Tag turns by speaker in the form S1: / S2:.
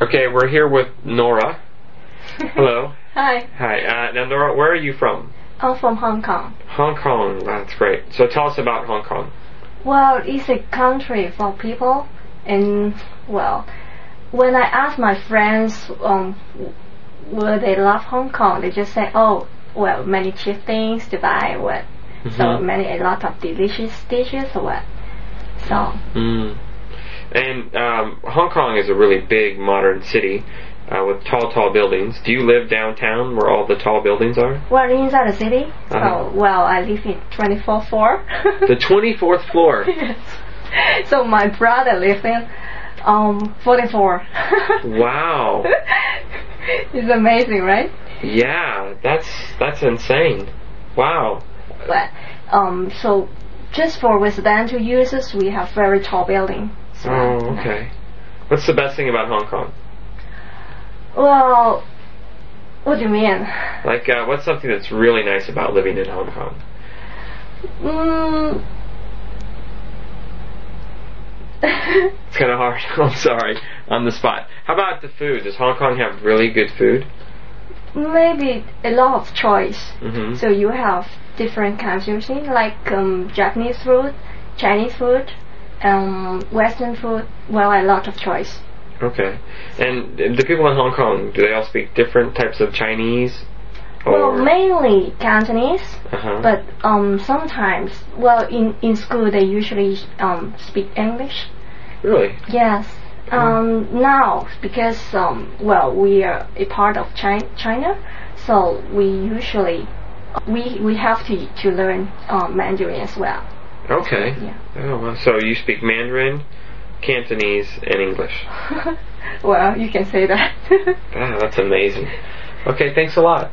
S1: Okay, we're here with Nora. Hello.
S2: Hi,
S1: Hi. Uh, now, Nora, where are you from?
S2: I'm from Hong Kong.
S1: Hong Kong. Ah, That's great. So tell us about Hong Kong.
S2: Well, it's a country for people, and well, when I asked my friends, um, w- would they love Hong Kong? They just say, oh, well, many cheap things to buy, what? So
S1: Mhm.
S2: many a lot of delicious dishes, what? So
S1: Mm. And um, Hong Kong is a really big modern city uh, with tall, tall buildings. Do you live downtown where all the tall buildings are?
S2: well, inside the city.
S1: Uh-huh.
S2: So well, I live in 24 floor.
S1: The 24th floor.
S2: yes. So my brother lives in um 44.
S1: Wow.
S2: it's amazing, right?
S1: Yeah, that's that's insane. Wow.
S2: But um, so just for residential users, we have very tall building. So,
S1: Oh, okay. What's the best thing about Hong Kong?
S2: Well, what do you mean?
S1: Like, uh, what's something that's really nice about living in Hong Kong?
S2: Mm.
S1: It's kind of hard. I'm sorry. On the spot. How about the food? Does Hong Kong have really good food?
S2: Maybe a lot of choice.
S1: hmm
S2: So you have different kinds of things like um, Japanese food, Chinese food, um, Western food. Well, a lot of choice.
S1: Okay. And the people in Hong Kong, do they all speak different types of Chinese?
S2: Well, mainly Cantonese.
S1: uh-huh.
S2: But um, sometimes, well, in, in school they usually um, speak English.
S1: really?
S2: Yes. Um, now, because um, well, we are a part of China, China so we usually we we have to to learn um, Mandarin as well.
S1: Okay.
S2: Yeah.
S1: Oh, well, so you speak Mandarin, Cantonese, and English. Ah,
S2: well, you can say that.
S1: Wow, that's amazing. Okay, thanks a lot.